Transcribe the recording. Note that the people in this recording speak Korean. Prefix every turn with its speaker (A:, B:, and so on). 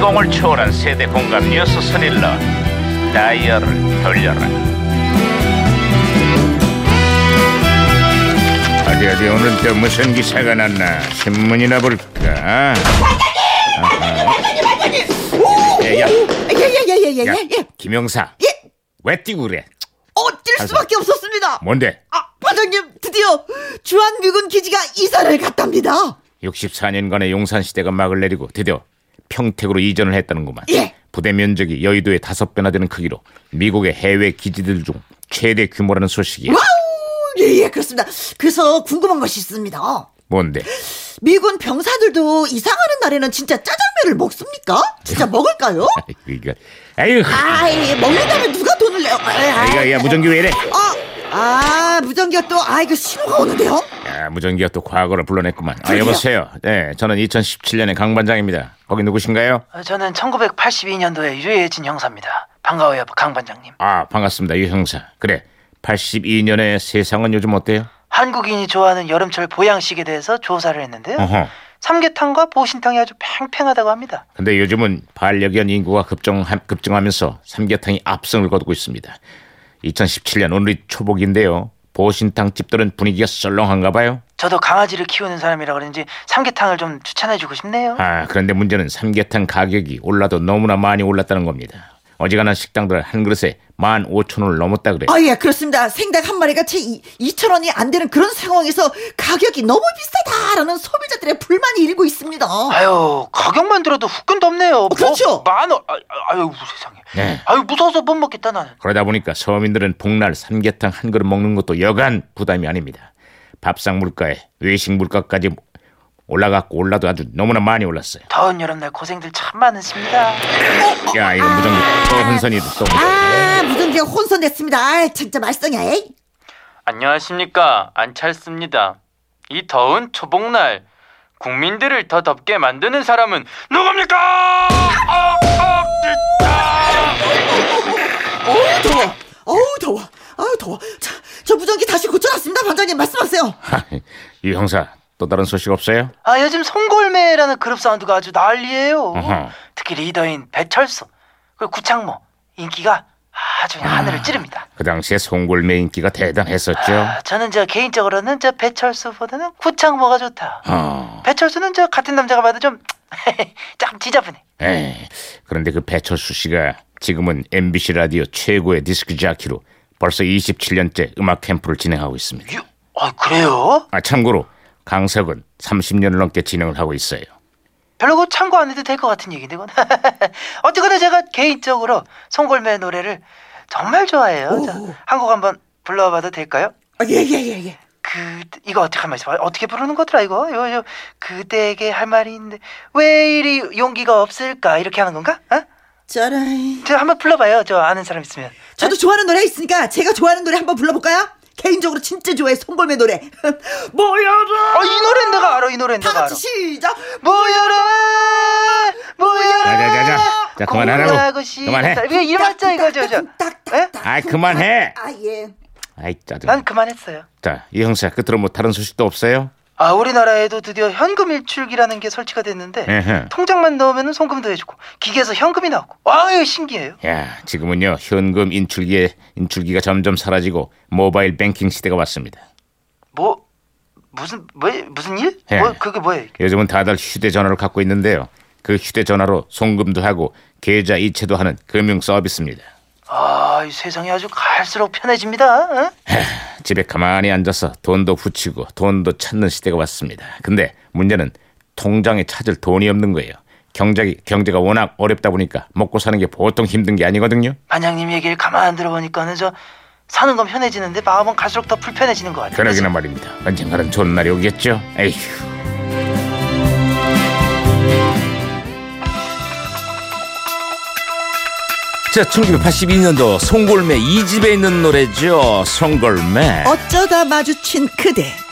A: 공을 초월한 세대 공감이었어 선일러 다이얼을 돌려라
B: 어디 어디 오늘 또 무슨 기사가 났나 신문이나 볼까? 예, 야.
C: 예예예예예예
B: 야,
C: 예.
B: 김영사
C: 예.
B: 왜 뛰고 그래?
C: 어, 뛸 수밖에 없었습니다.
B: 뭔데?
C: 아, 반장님, 드디어 주한미군 기지가 이사를 갔답니다.
B: 64년간의 용산 시대가 막을 내리고 드디어 평택으로 이전을 했다는구만.
C: 예.
B: 부대 면적이 여의도의 다섯 배나 되는 크기로 미국의 해외 기지들 중 최대 규모라는 소식이야.
C: 뭐? 와우! 예, 예, 그렇습니다. 그래서 궁금한 것이 있습니다.
B: 뭔데?
C: 미군 병사들도 이상하는 날에는 진짜 짜장면을 먹습니까? 진짜 먹을까요?
B: 이거 아유,
C: 아, 예, 먹는다면 누가 돈을 내요?
B: 이거 야 예, 무전기 왜 이래?
C: 아, 아, 무전기가 또, 아, 이거 신호가 오는데요?
B: 야, 무전기가 또 과거를 불러냈구만. 아,
C: 저기요.
B: 여보세요. 네, 저는 2017년의 강 반장입니다. 거기 누구신가요?
D: 어, 저는 1982년도에 유해진 형사입니다. 반가워요, 강 반장님.
B: 아, 반갑습니다. 유 형사. 그래. 82년의 세상은 요즘 어때요?
D: 한국인이 좋아하는 여름철 보양식에 대해서 조사를 했는데요.
B: 어허.
D: 삼계탕과 보신탕이 아주 팽팽하다고 합니다.
B: 근데 요즘은 반려견 인구가 급증, 급증하면서 삼계탕이 압승을 거두고 있습니다. 2017년 오늘이 초복인데요. 보신탕 집들은 분위기가 썰렁한가 봐요.
D: 저도 강아지를 키우는 사람이라 그런지 삼계탕을 좀 추천해주고 싶네요.
B: 아, 그런데 문제는 삼계탕 가격이 올라도 너무나 많이 올랐다는 겁니다. 어지간한 식당들 한 그릇에 15,000원을 넘었다 그래요.
C: 아, 예, 그렇습니다. 생닭 한 마리가 채 2,000원이 안 되는 그런 상황에서 가격이 너무 비싸다라는 소비자들의 불만이 일고 있습니다.
D: 아유, 가격만 들어도 후끈도 없네요.
C: 그렇죠.
D: 뭐, 만 원. 아, 아유, 세상에.
B: 네.
D: 아유, 무서워서 못 먹겠다, 나는.
B: 그러다 보니까 서민들은 복날 삼계탕 한 그릇 먹는 것도 여간 부담이 아닙니다. 밥상 물가에 외식 물가까지 올라갔고 올라도 아주 너무나 많이 올랐어요.
D: 더운 여름날 고생들 참 많으십니다.
B: 야 이거 무정부 또 혼선이도 또 혼선.
C: 아, 무전기가 혼선됐습니다. 아, 진짜 말썽이야. 에이.
E: 안녕하십니까 안찰스입니다. 이 더운 초복날 국민들을 더 덥게 만드는 사람은 누굽니까? 아,
C: 어우, 더워. 어우, 더워. 아우, 더워. 자, 저 무전기 다시 고쳐놨습니다. 반장님, 말씀하세요.
B: 이 형사 또 다른 소식 없어요?
D: 아, 요즘 송골매라는 그룹 사운드가 아주 난리예요.
B: 어허.
D: 특히 리더인 배철수, 그리고 구창모 인기가 아주
E: 음.
D: 그냥 하늘을 찌릅니다.
B: 그 당시에 송골매 인기가
E: 음.
B: 대단했었죠.
D: 아, 저는 저 개인적으로는 저 배철수보다는 구창모가 좋다.
B: 어,
D: 배철수는 저 같은 남자가 봐도 좀 조금 지저분해.
B: 에 그런데 그 배철수 씨가 지금은 MBC 라디오 최고의 디스크 자키로 벌써 27년째 음악 캠프를 진행하고 있습니다.
D: 유, 아 그래요?
B: 아 참고로 강석은 30년을 넘게 진행을 하고 있어요.
D: 별로 그 참고 안 해도 될 것 같은 얘기인데 그건. 어쨌거나 제가 개인적으로 송골매 노래를 정말 좋아해요. 한 곡 한번 불러봐도 될까요?
C: 아, 예, 예, 예, 예.
D: 그 이거 어떻게 한 말이지? 어떻게 부르는 거더라 이거? 요, 요 그대에게 할 말이 있는데 왜 이리 용기가 없을까 이렇게 하는 건가? 어?
C: 짜라이.
D: 저 한번 불러봐요. 저 아는 사람 있으면.
C: 저도 좋아하는 노래 있으니까 제가 좋아하는 노래 한번 불러볼까요? 개인적으로 진짜 좋아해, 송골매 노래. 모여라!
D: 어, 아이 노래 내가 알아. 이 노래
C: 다
D: 내가 알아.
C: 같이 시작!
D: 모여라 모여라.
B: 자자자자, 자 그만하라고.
D: 공부하고 싶다.
B: 그만해.
D: 이거 이름 맞죠 이거 저 저. 예?
B: 아이, 그만해.
C: 아, 예.
B: 아이 짜증.
D: 난 그만했어요.
B: 자, 이 형사 끝으로 뭐 다른 소식도 없어요?
D: 아 우리나라에도 드디어 현금 일출기라는 게 설치가 됐는데
B: 에헤.
D: 통장만 넣으면 송금도 해주고 기계에서 현금이 나오고 와유 신기해요.
B: 야, 지금은요 현금 인출기에 인출기가 점점 사라지고 모바일 뱅킹 시대가 왔습니다.
D: 뭐 무슨 뭐 무슨 일?
B: 예.
D: 뭐 그게 뭐예요?
B: 요즘은 다들 휴대전화를 갖고 있는데요. 그 휴대전화로 송금도 하고 계좌 이체도 하는 금융 서비스입니다.
D: 아, 이 세상이 아주 갈수록 편해집니다. 응?
B: 집에 가만히 앉아서 돈도 붙이고 돈도 찾는 시대가 왔습니다. 근데 문제는 통장에 찾을 돈이 없는 거예요. 경제가 경제가 워낙 어렵다 보니까 먹고 사는 게 보통 힘든 게 아니거든요.
D: 반장님 얘기를 가만 들어보니까는 저 사는 건 편해지는데 마음은 갈수록 더 불편해지는 것 같아요.
B: 그러기나 말입니다. 언젠가는 좋은 날이 오겠죠. 에휴.
F: 자, 1982년도 송골매 이집에 있는 노래죠. 송골매.
C: 어, 어쩌다 마주친 그대.